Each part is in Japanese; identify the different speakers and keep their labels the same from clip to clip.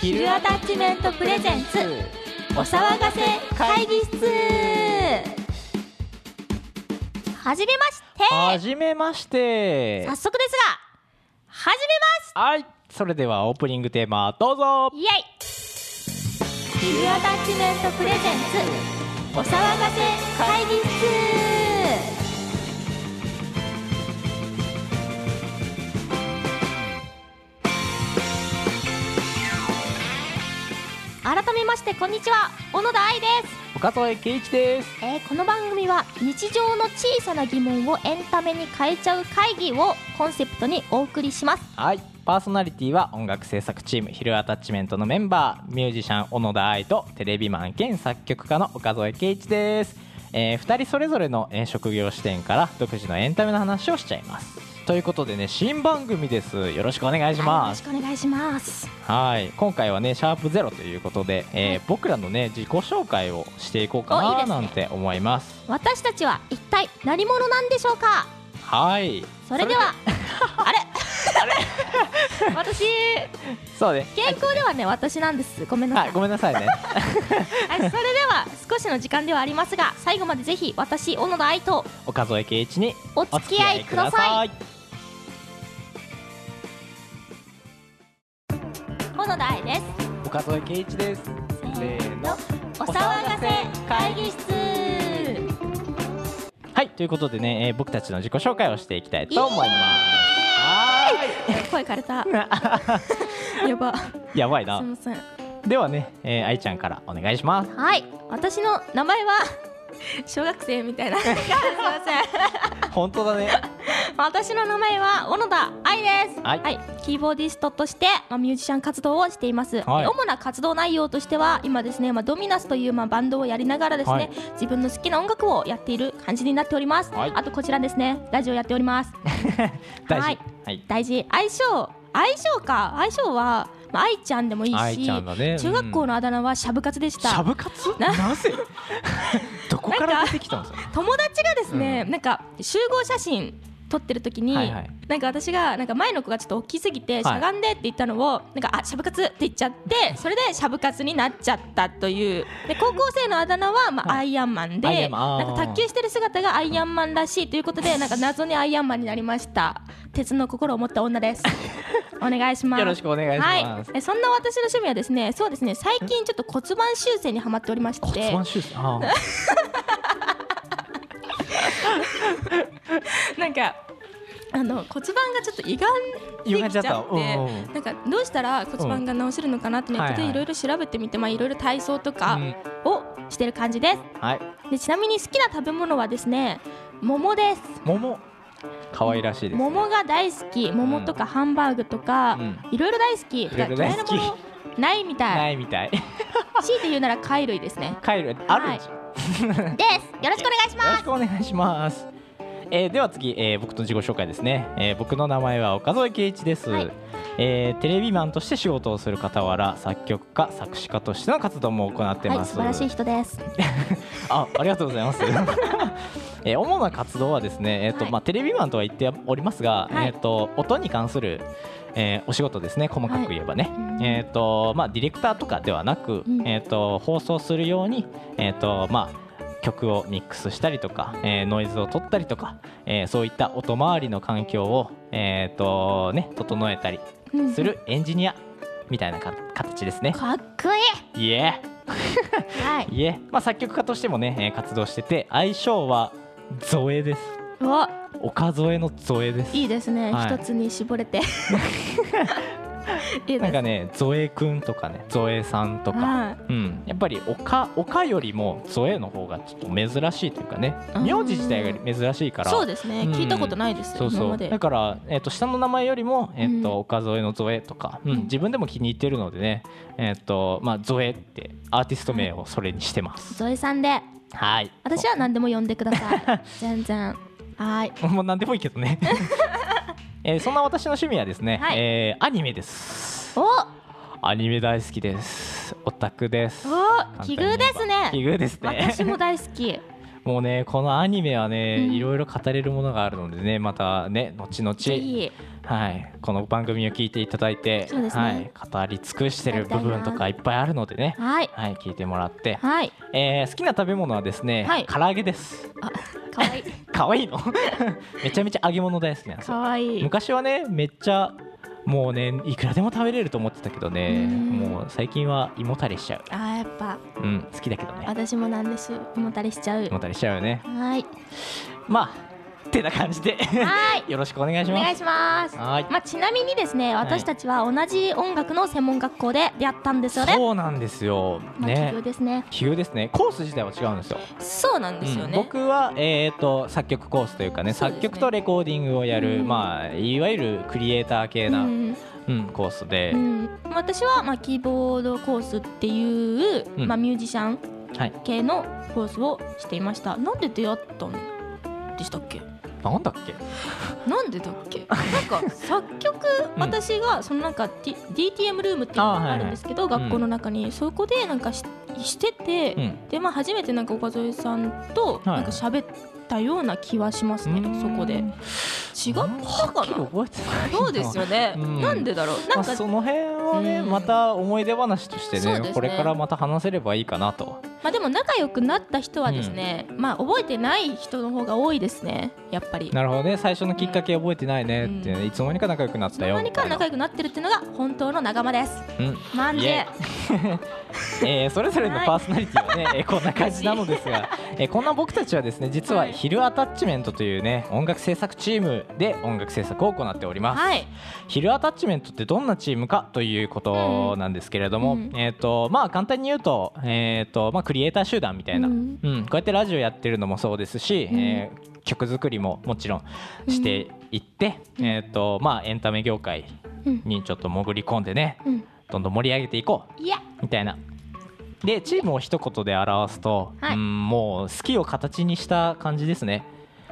Speaker 1: ヒルアタッチメントプレゼンツお騒がせ会議室はじめま
Speaker 2: は
Speaker 1: して
Speaker 2: じめまして
Speaker 1: 早速ですがはじ
Speaker 2: はいそれではオープニングテーマどうぞ
Speaker 1: めますイエイヒルアタッチメントプレゼンツお騒がせ会議室改めましてこんにちは小野田愛です
Speaker 2: 岡添圭一です
Speaker 1: えーこの番組は日常の小さな疑問をエンタメに変えちゃう会議をコンセプトにお送りします
Speaker 2: はいパーソナリティは音楽制作チームヒルアタッチメントのメンバーミュージシャン小野田愛とテレビマン兼作曲家の岡添圭一です、え2人それぞれのえー職業視点から独自のエンタメの話をしちゃいますということでね新番組ですよろしくお願いし
Speaker 1: はいよろ
Speaker 2: ま
Speaker 1: し
Speaker 2: す
Speaker 1: くお願いします
Speaker 2: はい今回はねシャープゼロということで、えー
Speaker 1: はい
Speaker 2: 僕らのね自己紹介をしていこうか
Speaker 1: おいいで
Speaker 2: なな
Speaker 1: すね
Speaker 2: んて思います
Speaker 1: 私たちは一体何者なんでしょうか
Speaker 2: はい
Speaker 1: それではあれ 私
Speaker 2: そうね
Speaker 1: 健康ではね私なんですごめんなさ
Speaker 2: はいいごめんな さいね
Speaker 1: はい、それでは少しの時間ではありますが最後までぜひ私小野田愛と
Speaker 2: 岡添圭一に
Speaker 1: お付き合いく
Speaker 2: お
Speaker 1: ださい
Speaker 2: 付き合いくだ
Speaker 1: 小野田愛で
Speaker 2: さい
Speaker 1: す
Speaker 2: 岡添圭一ですせーの
Speaker 1: お騒がせ会議室
Speaker 2: はいということでね、えー僕たちの自己紹介をしていきたいと思いますは
Speaker 1: 声枯れた やばす
Speaker 2: ーいやばい
Speaker 1: い
Speaker 2: な
Speaker 1: ません
Speaker 2: ではね、えー、愛ちゃんからお願いします
Speaker 1: はい私の名前は小学生みた いなすいませ
Speaker 2: 本当だね
Speaker 1: ん私の名前は小野田愛です
Speaker 2: はい
Speaker 1: キーボーディストとして、まあ、ミュージシャン活動をしています、
Speaker 2: はい
Speaker 1: で主な活動内容としては今ですね、まあ、ドミナスという、まあ、バンドをやりながらですね、
Speaker 2: はい
Speaker 1: 自分の好きな音楽をやっている感じになっております、
Speaker 2: はい
Speaker 1: あとこちらですねラジオやっております
Speaker 2: 大事
Speaker 1: はい
Speaker 2: はい
Speaker 1: 大事相性相性か相性は、まあ、愛ちゃんでもいい
Speaker 2: 愛
Speaker 1: し
Speaker 2: ちゃんだね
Speaker 1: 中学校のあだ名はシャブカツでし
Speaker 2: シ
Speaker 1: た、
Speaker 2: ャブカツ
Speaker 1: な
Speaker 2: な ぜどこか
Speaker 1: なん
Speaker 2: ら
Speaker 1: か
Speaker 2: 出てきたんですか
Speaker 1: 友達がですね、
Speaker 2: う
Speaker 1: なんか集合写真撮ってる時に、
Speaker 2: はいはい
Speaker 1: なんか私がなんか前の子がちょっと大きすぎてしゃがんでって言ったのを、なんかあしゃぶかつって言っちゃってそれでしゃぶかつになっちゃったというで高校生のあだ名は、ま
Speaker 2: は
Speaker 1: あ
Speaker 2: い
Speaker 1: アイアンマン
Speaker 2: アイ
Speaker 1: で
Speaker 2: アンマンあ
Speaker 1: な
Speaker 2: ー
Speaker 1: んか卓球してる姿がアイアンマンらしいというこ とでなんか謎にアイアンマンになりました鉄の心を持った女です お願いします
Speaker 2: よろしくお願いし
Speaker 1: は
Speaker 2: ま
Speaker 1: い
Speaker 2: す、
Speaker 1: えそんな私の趣味はですねそうですね最近ちょっと骨盤修正にはまっておりまして
Speaker 2: 骨盤修正あ ー
Speaker 1: なんかあの骨盤がちょっと歪ん
Speaker 2: 歪
Speaker 1: で
Speaker 2: ん
Speaker 1: き
Speaker 2: じ
Speaker 1: ち
Speaker 2: ゃ
Speaker 1: ゃ
Speaker 2: っ
Speaker 1: って
Speaker 2: たうんうん
Speaker 1: なんかどうしたら骨盤が直せるのかなってネッ
Speaker 2: う
Speaker 1: ト
Speaker 2: んはいは
Speaker 1: で
Speaker 2: い
Speaker 1: いろいろ調べてみて、まあ、いろいろ体操と
Speaker 2: う
Speaker 1: か
Speaker 2: ん
Speaker 1: をしてる感じです、
Speaker 2: はい
Speaker 1: でちなみに好きな食べ物はですね桃です
Speaker 2: 桃可愛らしいですね
Speaker 1: 桃が大好き桃とかハンバーグとか、
Speaker 2: うん
Speaker 1: いろいろ大好き
Speaker 2: いろいろ大好き
Speaker 1: 嫌いなものないみた
Speaker 2: ないいみたい
Speaker 1: 強いて言うなら貝類ですね
Speaker 2: 帰るあるんじゃん
Speaker 1: ですよろしくお願いし
Speaker 2: よ
Speaker 1: ま
Speaker 2: ろ
Speaker 1: す
Speaker 2: しくお願いします。えーでは次、えー僕の自己紹介ですね、えー僕の名前は岡添圭一です、
Speaker 1: はい
Speaker 2: えーテレビマンとして仕事をする傍ら作曲家作詞家としての活動も行って
Speaker 1: は
Speaker 2: ま
Speaker 1: い素
Speaker 2: す、
Speaker 1: 晴らしい人です
Speaker 2: あありがとうございます。 えー主な活動はですね、えっ、と、
Speaker 1: はい
Speaker 2: まあテレビマンとは言っておりますが、
Speaker 1: はい
Speaker 2: えっ、と音に関する、えーお仕事ですね、細かく言えばね。
Speaker 1: はいうん
Speaker 2: えっ、とまあディレクターとかではなく、
Speaker 1: うん
Speaker 2: えっ、と放送するように、えっ、とまあ曲をミックスしたりとか、えーノイズを取ったりとか、えーそういった音周りの環境をえっ、とね整えたり
Speaker 1: うん
Speaker 2: するエンジニアみたいなか形ですね。
Speaker 1: かっこいい
Speaker 2: イエー。
Speaker 1: はい
Speaker 2: いえ、まあ、作曲家としてもね、えー活動してて愛称はゾエです
Speaker 1: お
Speaker 2: 岡添のゾエです
Speaker 1: いいですね、
Speaker 2: はい
Speaker 1: 一つに絞 れて
Speaker 2: な
Speaker 1: いい
Speaker 2: ん
Speaker 1: です
Speaker 2: かねゾエくんとかねゾエさんとか、
Speaker 1: はい
Speaker 2: うん、やっぱり岡岡よりもゾエの方がちょっと珍しいというかね
Speaker 1: うん
Speaker 2: 名字自体が珍しいから
Speaker 1: そうですね、
Speaker 2: うん
Speaker 1: 聞いたことないです
Speaker 2: そう
Speaker 1: 今
Speaker 2: そう
Speaker 1: まで
Speaker 2: だから、えー、と下の名前よりも、えーと
Speaker 1: うん
Speaker 2: 岡添のゾエとか、う
Speaker 1: うん
Speaker 2: ん、自分でも気に入ってるのでね、えーとまあ、ゾエってアーティスト名をそれにしてます、
Speaker 1: ゾエさんで
Speaker 2: はい
Speaker 1: 私は何でも呼んでくださ い全然はい
Speaker 2: もう何でもいいけど ね。えーそんな私の趣味はですね、
Speaker 1: はい
Speaker 2: えーアニメです。
Speaker 1: お
Speaker 2: アニメ大好きです。オタクです。
Speaker 1: お奇遇です
Speaker 2: 奇
Speaker 1: ね
Speaker 2: 遇ですね。
Speaker 1: 私も大好き
Speaker 2: もうねこのアニメはね、
Speaker 1: うん
Speaker 2: いろいろ語れるものがあるのでねまたね後々
Speaker 1: ぜひ
Speaker 2: はい、この番組を聞いていただいて、
Speaker 1: そうですね
Speaker 2: はい、語り尽くしてる部分とかいっぱいあるのでね、
Speaker 1: はい
Speaker 2: はい、聞いてもらって、
Speaker 1: はい
Speaker 2: えー好きな食べ物はですね、
Speaker 1: はい
Speaker 2: 唐揚げです。
Speaker 1: あか わいい
Speaker 2: 可愛いのめちゃめちゃ揚げ物大好きなんです
Speaker 1: か
Speaker 2: よ。
Speaker 1: わいい
Speaker 2: 昔はね、めっちゃもうね、いくらでも食べれると思ってたけどね、
Speaker 1: うん
Speaker 2: もう最近は胃もたれしちゃ
Speaker 1: あーやっぱ
Speaker 2: う。うん、好きだけどね。
Speaker 1: 私もなんです胃もたれしちゃう
Speaker 2: 胃もたれしちゃうよね。
Speaker 1: はい
Speaker 2: まあ、ってな感じで
Speaker 1: はい
Speaker 2: よろしくお願いし
Speaker 1: お
Speaker 2: ます。
Speaker 1: 願いします
Speaker 2: はい。
Speaker 1: まあ、ちなみにですね私たちは同じ音楽の専門学校で出会ったんですよね。
Speaker 2: そうなんですよ。
Speaker 1: まあ、
Speaker 2: ね
Speaker 1: 企業。ですね。
Speaker 2: 急ですね。コース自体は違うんですよ。
Speaker 1: そうなんですよ
Speaker 2: うん
Speaker 1: ね。
Speaker 2: 僕は、えー、と作曲コースというかね
Speaker 1: そう
Speaker 2: 作
Speaker 1: ですね
Speaker 2: 曲とレコーディングをやる、
Speaker 1: うん
Speaker 2: まあ、いわゆるクリエイター系な、う
Speaker 1: う
Speaker 2: ん
Speaker 1: ん
Speaker 2: コースで、
Speaker 1: うん私はまあキーボードコースっていう、
Speaker 2: うん
Speaker 1: まあ、ミュージシャン
Speaker 2: はい、
Speaker 1: 系のコースをしていました。なんで出会ったんでしたっけ
Speaker 2: なんだっけ
Speaker 1: なんでだっけなんか作曲、
Speaker 2: うん
Speaker 1: 私がそのなんか、D、DTM ルームっていう
Speaker 2: あーはいは
Speaker 1: のが
Speaker 2: い
Speaker 1: あるんですけど、
Speaker 2: ん
Speaker 1: 学校の中に、そこでなんかししてて、
Speaker 2: うん
Speaker 1: でまあ初めてなんか岡添さんと
Speaker 2: はい
Speaker 1: なんか喋ったような気はしますね、
Speaker 2: うん
Speaker 1: そこで違った
Speaker 2: は
Speaker 1: か
Speaker 2: っきり
Speaker 1: な
Speaker 2: 覚えてないな
Speaker 1: そうですよね、
Speaker 2: うん
Speaker 1: なんでだろう
Speaker 2: ま
Speaker 1: な
Speaker 2: あ
Speaker 1: んか、
Speaker 2: その辺はね、
Speaker 1: うん
Speaker 2: また思い出話として
Speaker 1: そう
Speaker 2: ね
Speaker 1: ですね
Speaker 2: これからまた話せればいいかなと
Speaker 1: まあ、でも仲良くなった人はですね、まあ覚えてない人の方が多いですねやっぱり
Speaker 2: なるほどね最初のきっかけ覚えてないねって、
Speaker 1: う
Speaker 2: いつの間にか仲良くなってたよ
Speaker 1: 何か仲良くなってるっていうのが本当の仲間です
Speaker 2: うん
Speaker 1: なん
Speaker 2: イエ
Speaker 1: で
Speaker 2: えーそれぞれのパーソナリティはね、え ーこんな感じなのですが、えーこんな僕たちはですね実は
Speaker 1: はい
Speaker 2: ヒルアタッチメントというね音楽制作チームで音楽制作を行っております、
Speaker 1: はい
Speaker 2: ヒルアタッチメントってどんなチームかということなんですけれども、
Speaker 1: うん
Speaker 2: えっ、とまあ簡単に言うと,、えーとまあ、クリエイター集団みたいな、う
Speaker 1: うんん
Speaker 2: こうやってラジオやってるのもそうですし、
Speaker 1: うん
Speaker 2: えー曲作りももちろんしていって、
Speaker 1: うん
Speaker 2: えーとまあ、エンタメ業界
Speaker 1: うん
Speaker 2: にちょっと潜り込んでね
Speaker 1: うん
Speaker 2: どんどん盛り上げていこう
Speaker 1: いや
Speaker 2: みたいな。でチームを一言で表すと、
Speaker 1: はい
Speaker 2: うんもう好きを形にした感じですね。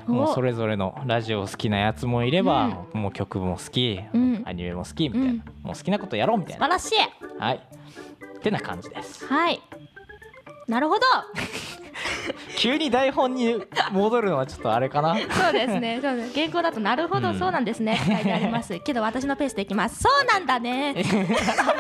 Speaker 2: もうそれぞれのラジオ好きなやつもいれば、もう曲も好き、
Speaker 1: うん
Speaker 2: アニメも好きみたいな、
Speaker 1: うん
Speaker 2: もう好きなことやろうみたい
Speaker 1: 素
Speaker 2: な
Speaker 1: 晴らしい
Speaker 2: はいってな感じ です
Speaker 1: はいなるほど
Speaker 2: 急に台本に戻るのはちょっとあれかな
Speaker 1: そうで すねそうです原稿だとなるほど、
Speaker 2: うん
Speaker 1: そうなんですね書いてあ りますけど私のペースでいきますそうなんだね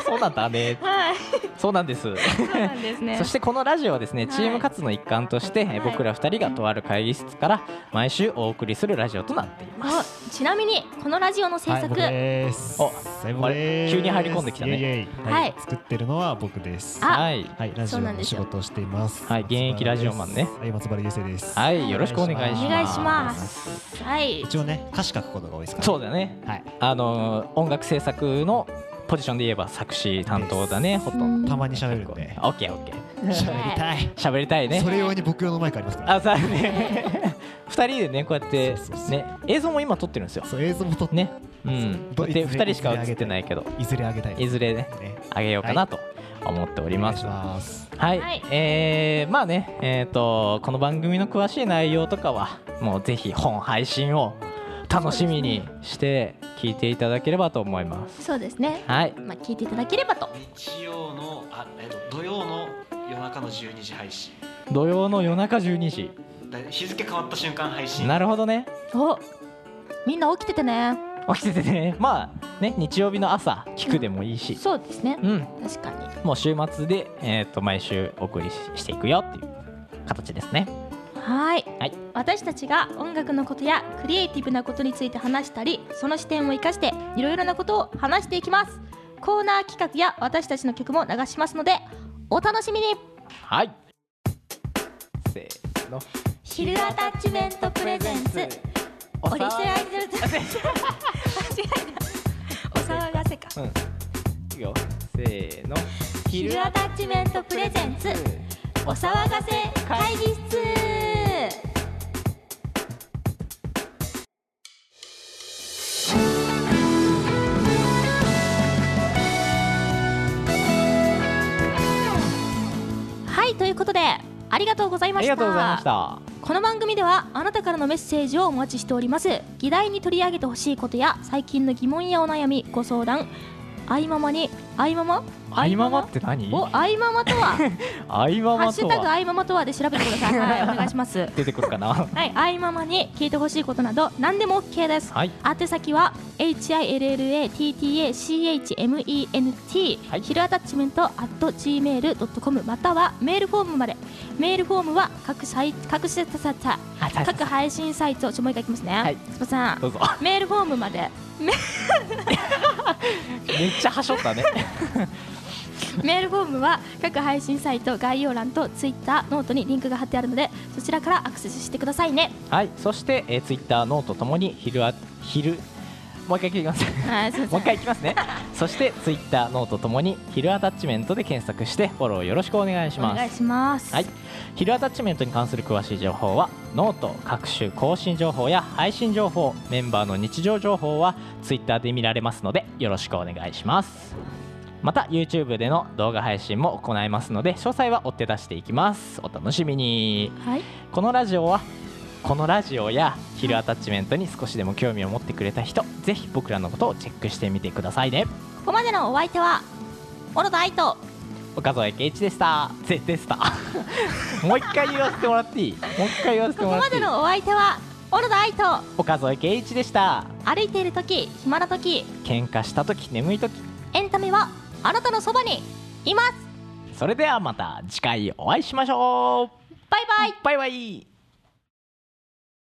Speaker 2: そうなんだね
Speaker 1: はい
Speaker 2: そうなんです
Speaker 1: そうなんです ね
Speaker 2: そしてこのラジオはですね
Speaker 1: はい
Speaker 2: チーム活動の一環として、
Speaker 1: はい
Speaker 2: 僕ら二人がとある会議室から毎週お送りするラジオとなっています
Speaker 1: あちなみにこのラジオの制
Speaker 3: はい、
Speaker 1: 作、
Speaker 3: 僕です。
Speaker 2: お
Speaker 3: サイボーで
Speaker 2: あれ
Speaker 3: す
Speaker 2: 急に入り込んできたね
Speaker 3: イエイイエイはい
Speaker 1: はい
Speaker 3: 作ってるのは僕です。
Speaker 1: あ
Speaker 2: はい
Speaker 3: はい、ラジ
Speaker 1: そう
Speaker 3: オ
Speaker 1: なん
Speaker 3: の
Speaker 1: です
Speaker 3: 仕
Speaker 1: よ
Speaker 3: 事をしています。
Speaker 2: はい現役ラジオマンね
Speaker 3: はい、松原優生です。
Speaker 2: はいよろしくお願いします
Speaker 1: お願いしますはい
Speaker 3: 一応ね、歌詞書くことが多いですから。
Speaker 2: そう
Speaker 3: う。
Speaker 2: だね
Speaker 3: はい。
Speaker 2: あの音楽制作のポジションで言えば作詞担当だねほとんど
Speaker 1: うん
Speaker 3: たまに喋るんで。
Speaker 2: オッケーオッケー
Speaker 3: 喋りたい。
Speaker 2: 喋りたいね
Speaker 3: それ用に僕用のマイクありますから。
Speaker 2: あさあね 二人でねこうやって
Speaker 3: そうそうそう
Speaker 2: ね映像も今撮ってるんですよ
Speaker 3: そう、映像も撮って、
Speaker 2: ねうん
Speaker 3: そう
Speaker 2: で
Speaker 3: いず
Speaker 2: 二
Speaker 3: れ
Speaker 2: 人しか映ってないけど
Speaker 3: いずれあげたい
Speaker 2: い
Speaker 3: です。
Speaker 2: ずれね
Speaker 3: ね。
Speaker 2: あげようかなと思っており
Speaker 3: お願
Speaker 2: ま
Speaker 3: いし
Speaker 2: す
Speaker 3: ます。
Speaker 2: はい、
Speaker 1: はい
Speaker 2: えーまあねえっ、とこの番組の詳しい内容とかはもうぜひ本配信を楽しみにして聞いていただければと思います
Speaker 1: そうですね
Speaker 2: はい
Speaker 1: まあ聞いていただければと
Speaker 4: 日曜のあ、えっと、土曜の夜中の12時配信
Speaker 2: 土曜の夜中12時
Speaker 4: だ日付変わった瞬間配信
Speaker 2: なるほどね
Speaker 1: おみんな起きててね
Speaker 2: 起きててね まあね日曜日の朝聞くでもいいし
Speaker 1: そうですね
Speaker 2: うん
Speaker 1: 確かに
Speaker 2: もう週末で、えー、と毎週お送りししていくよっていう形ですね
Speaker 1: はい
Speaker 2: はい
Speaker 1: 私たちが音楽のことやクリエイティブなことについて話したりその視点を生かしていろいろなことを話していきますコーナー企画や私たちの曲も流しますのでお楽しみに
Speaker 2: はいせーの
Speaker 1: ヒルアタッチメントプレゼンツ
Speaker 2: お
Speaker 1: オリジナ
Speaker 2: 騒
Speaker 1: ルズ間違えたお騒がせか
Speaker 2: がうんいくよせーの
Speaker 1: ヒルアタッチメントプレゼンツお騒がせ会議室はいということでありがとうござい
Speaker 2: あ
Speaker 1: ま
Speaker 2: り
Speaker 1: し
Speaker 2: がとうございましたた
Speaker 1: この番組ではあなたからのメッセージをお待ちしております議題に取り上げてほしいことや最近の疑問やお悩みご相談あいままにあいまま
Speaker 2: あいままって何
Speaker 1: おあいままとは
Speaker 2: あいま
Speaker 1: ハッ
Speaker 2: ま
Speaker 1: シュ
Speaker 2: と
Speaker 1: タグ
Speaker 2: は
Speaker 1: あいままとはで調べてくださいはいお願いします
Speaker 2: 出てくるかな
Speaker 1: はいあいままに聞いてほしいことなど何でも OK です
Speaker 2: はい
Speaker 1: 宛先は hillattachment、
Speaker 2: はい
Speaker 1: ヒルアタッチメント at gmail.com またはメールフォームまでメールフォームは各サイ各施設ささ
Speaker 2: あさ
Speaker 1: 各配信サイトちょもう一回いきますね、
Speaker 2: はい
Speaker 1: すばさん
Speaker 2: どうぞ
Speaker 1: メールフォームまで
Speaker 2: めっちゃはしょったね
Speaker 1: メールフォームは各配信サイト概要欄とツイッターノートにリンクが貼ってあるのでそちらからアクセスしてくださいね
Speaker 2: はいそして、えー、ツイッターノートともに昼あ昼もう一回聞きます
Speaker 1: はいすいませ
Speaker 2: も
Speaker 1: ん
Speaker 2: う一回いきますね そしてツイッターノートともに「昼アタッチメント」で検索してフォローよろしくお願いし
Speaker 1: お
Speaker 2: ま
Speaker 1: 願い
Speaker 2: す
Speaker 1: します
Speaker 2: はい、昼アタッチメントに関する詳しい情報はノート各種更新情報や配信情報メンバーの日常情報はツイッターで見られますのでよろしくお願いしますまた YouTube での動画配信も行いますので詳細は追って出していきますお楽しみに
Speaker 1: はい
Speaker 2: このラジオはこのラジオや昼アタッチメントに少しでも興味を持ってくれた人ぜひ僕らのことをチェックしてみてくださいね
Speaker 1: ここまでのお相手は小野田愛と
Speaker 2: 岡添圭一でしたぜでした もう一回言わせてもらっていいもう一回言わせて
Speaker 1: こ
Speaker 2: も
Speaker 1: こ
Speaker 2: らっ
Speaker 1: ま
Speaker 2: てい
Speaker 1: で
Speaker 2: い
Speaker 1: のお相手は小野田愛と
Speaker 2: 岡添圭一でした
Speaker 1: 歩いている時暇な時
Speaker 2: 喧嘩した時眠い時
Speaker 1: エンタメはあなたのそばにいます
Speaker 2: それではまた次回お会いしましょう
Speaker 1: バイバイ
Speaker 2: バイバイ